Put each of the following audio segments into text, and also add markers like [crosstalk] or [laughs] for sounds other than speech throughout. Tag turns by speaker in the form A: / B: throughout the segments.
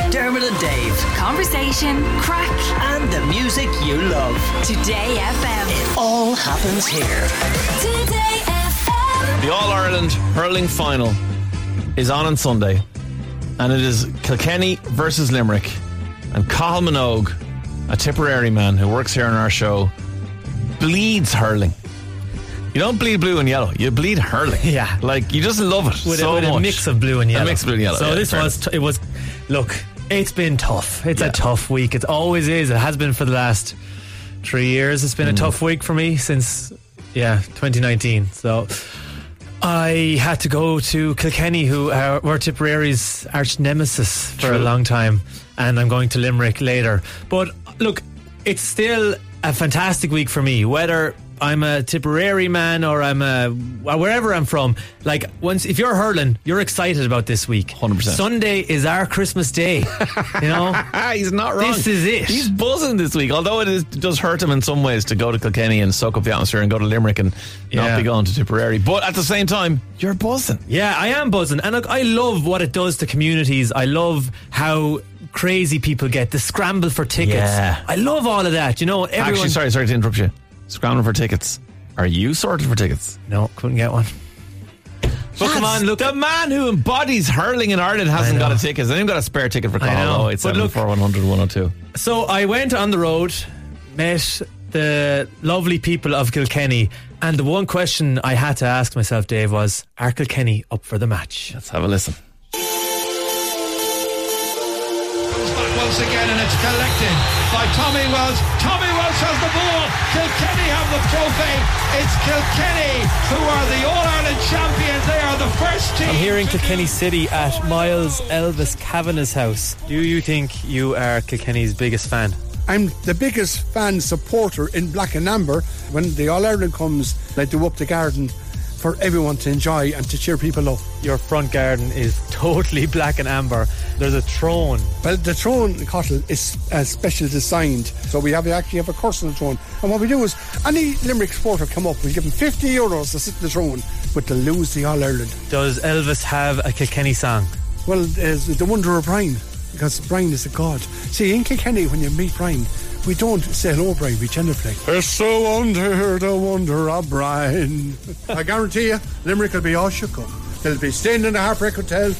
A: and Dave.
B: Conversation, crack,
A: And the music you love.
B: Today FM.
A: All happens here.
B: Today FM.
C: The All Ireland hurling final is on on Sunday, and it is Kilkenny versus Limerick. And Cahill Minogue, a Tipperary man who works here on our show, bleeds hurling. You don't bleed blue and yellow; you bleed hurling.
D: [laughs] Yeah.
C: like you just love it
D: with,
C: so
D: a, with
C: much.
D: a mix of blue and yellow.
C: mix of blue and yellow,
D: So
C: yeah,
D: this
C: fair
D: was t- it was. Look, it's been tough. It's
C: Yeah.
D: a tough week. It always is. It has been for the last three years. It's been
C: Mm.
D: a tough week for me since yeah 2019. So. I had to go to Kilkenny, who are, were Tipperary's arch nemesis for a
C: True.
D: long time, and I'm going to Limerick later. But look, it's still a fantastic week for me, whether I'm a Tipperary man or I'm a wherever I'm from. Like once, if you're hurling, you're excited about this week.
C: 100%.
D: Sunday is our Christmas day. You know,
C: Ah, he's not wrong.
D: This is it.
C: He's buzzing this week, although it, is, it does hurt him in some ways to go to Kilkenny and soak up the atmosphere and go to Limerick and not
D: Yeah.
C: be going to Tipperary. But at the same time, you're buzzing.
D: Yeah, I am buzzing. And look, I love what it does to communities. I love how crazy people get the scramble for tickets.
C: Yeah.
D: I love all of that. You know, everyone.
C: Actually, sorry, sorry to interrupt you. Scrambling for tickets. Are you sorted for tickets?
D: No, couldn't get one.
C: But come on, look. The man who embodies hurling in Ireland hasn't
D: I know.
C: got a ticket. Has anyone got a spare ticket for
D: I know.
C: Connell? It's
D: But look-
C: 100 102.
D: So I went on the road, met the lovely people of Kilkenny. And the one question I had to ask myself, Dave, was Are Kilkenny up for the match?
C: Let's have a listen.
E: back once again and it's collected by Tommy Wells. Tommy Wells has the ball. Kilkenny have the trophy. It's Kilkenny who are the All Ireland champions. They are the first team.
D: I'm here in
E: to do
D: Kilkenny City at Miles Elvis Kavanagh's house. Do you think you are Kilkenny's biggest fan?
F: I'm the biggest fan supporter in black and amber. When the All Ireland comes, I do up the garden for everyone to enjoy and to cheer people up.
D: Your front garden is [laughs] totally black and amber. There's a throne.
F: Well, the throne cottle is uh, special designed, so we have we actually have a curse on the throne. And what we do is, any Limerick supporter come up, we give them 50 euros to sit in the throne, but to lose the All Ireland.
D: Does Elvis have a Kilkenny song?
F: Well, there's the wonder of Brian, because Brian is a god. See, in Kilkenny, when you meet Brian, we don't say hello, Brian, we genuflect. It's so under the wonder of Brian. [laughs] I guarantee you, Limerick will be all shook up. They'll be staying in the Harper Hotel.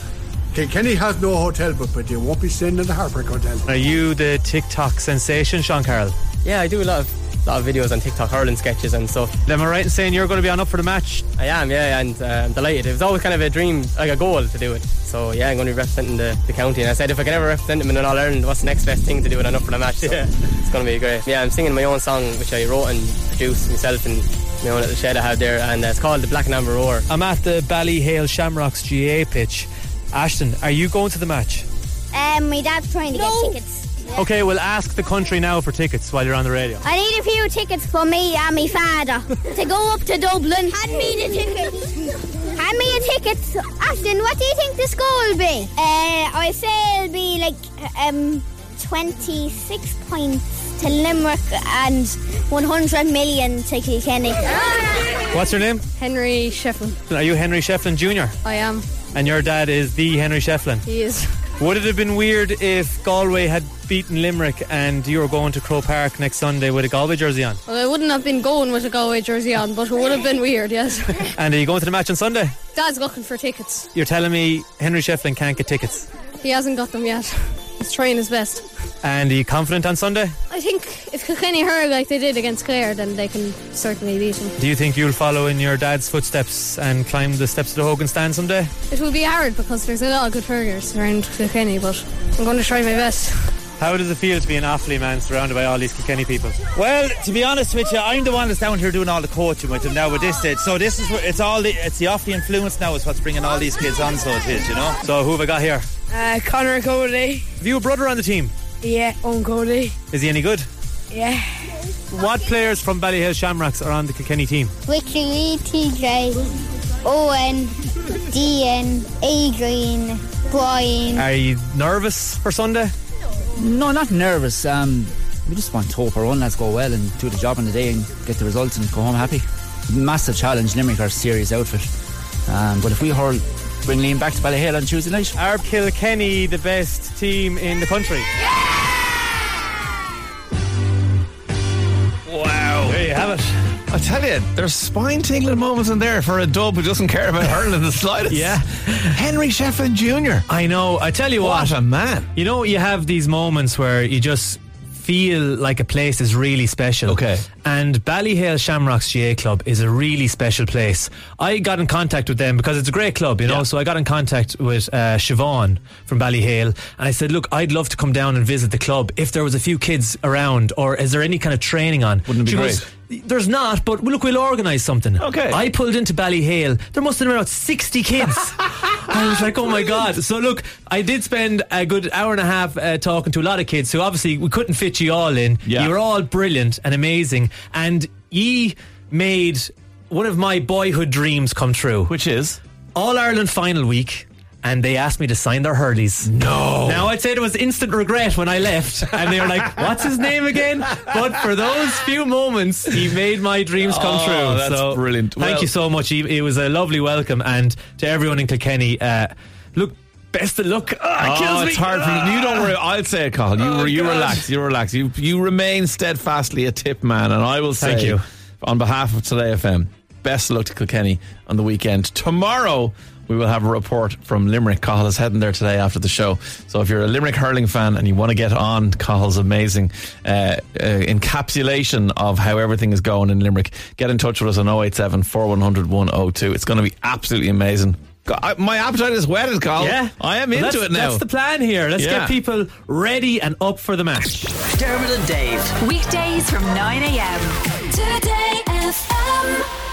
F: Kilkenny has no hotel, but, but they won't be staying in the Harper Hotel.
D: Are you the TikTok sensation, Sean Carroll?
G: Yeah, I do a lot of lot of videos on TikTok, hurling sketches and stuff.
D: Am I right in saying you're going to be on up for the match?
G: I am, yeah, and uh, I'm delighted. It was always kind of a dream, like a goal to do it. So yeah, I'm going to be representing the, the county. And I said, if I can ever represent them in an All Ireland, what's the next best thing to do it on up for the match? So yeah. it's going to be great. Yeah, I'm singing my own song, which I wrote and produced myself in my own little shed I have there, and uh, it's called the Black and Amber Roar.
D: I'm at the Ballyhale Shamrocks GA pitch. Ashton, are you going to the match?
H: Um, my dad's trying to get tickets.
D: Okay, well, ask the country now for tickets while you're on the radio.
H: I need a few tickets for me and my father to go up to Dublin. Hand me the tickets. Hand me a ticket. Ashton, what do you think the score will be? Uh, I say it'll be like um 26 points to Limerick and 100 million to Kilkenny.
D: What's your name?
I: Henry Shefflin.
D: Are you Henry Shefflin Jr.?
I: I am.
D: And your dad is the Henry Shefflin.
I: He is. [laughs]
D: Would it have been weird if Galway had beaten Limerick and you were going to Crow Park next Sunday with a Galway jersey on?
I: Well, I wouldn't have been going with a Galway jersey on, but it would have been weird, yes.
D: [laughs] And are you going to the match on Sunday?
I: Dad's looking for tickets.
D: You're telling me Henry Shefflin can't get tickets.
I: He hasn't got them yet. He's trying his best.
D: And are you confident on Sunday?
I: I think if Kilkenny hurl like they did against Clare, then they can certainly beat him.
D: Do you think you'll follow in your dad's footsteps and climb the steps of the Hogan stand someday?
I: It will be hard because there's a lot of good hurlers around Kilkenny, but I'm going to try my best.
D: How does it feel to be an Offaly man surrounded by all these Kilkenny people?
J: Well, to be honest with you, I'm the one that's down here doing all the coaching with them now at this stage. So this is where it's all the it's the Offaly influence now is what's bringing all these kids on. So it is, you know.
D: So who have I got here?
K: Uh, Connor Cody.
D: Have you a brother on the team?
K: Yeah, on Cody.
D: Is he any good?
K: Yeah.
D: What players from Ballyhale Shamrocks are on the Kilkenny team?
H: Wickley, TJ, Owen, Dean, Adrian, Brian.
D: Are you nervous for Sunday?
L: No, not nervous. Um, we just want to hope our own lads go well and do the job on the day and get the results and go home happy. Massive challenge, Limerick are serious outfit. Um, but if we hurl bring Liam back to Ballyhale on Tuesday night.
D: Are Kilkenny the best team in the country?
C: Wow. There you have it. I tell you, there's spine tingling moments in there for a dub who doesn't care about hurling the [laughs] slightest.
D: Yeah.
C: Henry Shefflin Jr.
D: I know. I tell you what,
C: What a man.
D: You know, you have these moments where you just feel like a place is really special. Okay. And Ballyhale Shamrocks GA Club is a really special place. I got in contact with them because it's a great club, you know. So I got in contact with uh, Siobhan from Ballyhale and I said, Look, I'd love to come down and visit the club if there was a few kids around or is there any kind of training on? Wouldn't
C: it be
D: there's not, but look, we'll organise something.
C: Okay.
D: I pulled into Ballyhale. There must have been about
C: [laughs]
D: 60 kids. I was like, oh my god! So look, I did spend a good hour and a half uh, talking to a lot of kids who obviously we couldn't fit you all in.
C: Yeah.
D: You were all brilliant and amazing, and ye made one of my boyhood dreams come true,
C: which is
D: All Ireland final week. And they asked me to sign their Hurleys. No. Now I'd say it was instant regret when I left, and they were like, "What's his name again?" But for those few moments, he made my dreams come
C: Oh,
D: true.
C: that's
D: so
C: brilliant.
D: Thank
C: Well-
D: you so much. Eve. It was a lovely welcome, and to everyone in Kilkenny, uh, look, best of luck. Ah, it kills
C: oh,
D: me. Oh,
C: it's hard for you. Don't worry. I'll say it, Carl. You, you
D: God.
C: relax. You relax. You you remain steadfastly a tip man, and I will say,
D: Thank you.
C: on behalf of Today FM, best of luck to Kilkenny on the weekend. Tomorrow we will have a report from Limerick. Cahill is heading there today after the show. So if you're a Limerick hurling fan and you want to get on Cahill's amazing uh, uh, encapsulation of how everything is going in Limerick, get in touch with us on 087 4100 102. It's going to be absolutely amazing. God, I- my appetite is whetted, Carl.
D: Yeah,
C: I am
D: Well,
C: into
D: that's-
C: it now.
D: That's the plan here. Let's
C: Yeah.
D: get people ready and up for the match.
A: Dermot and Dave.
B: Weekdays from 9 a.m. Today FM.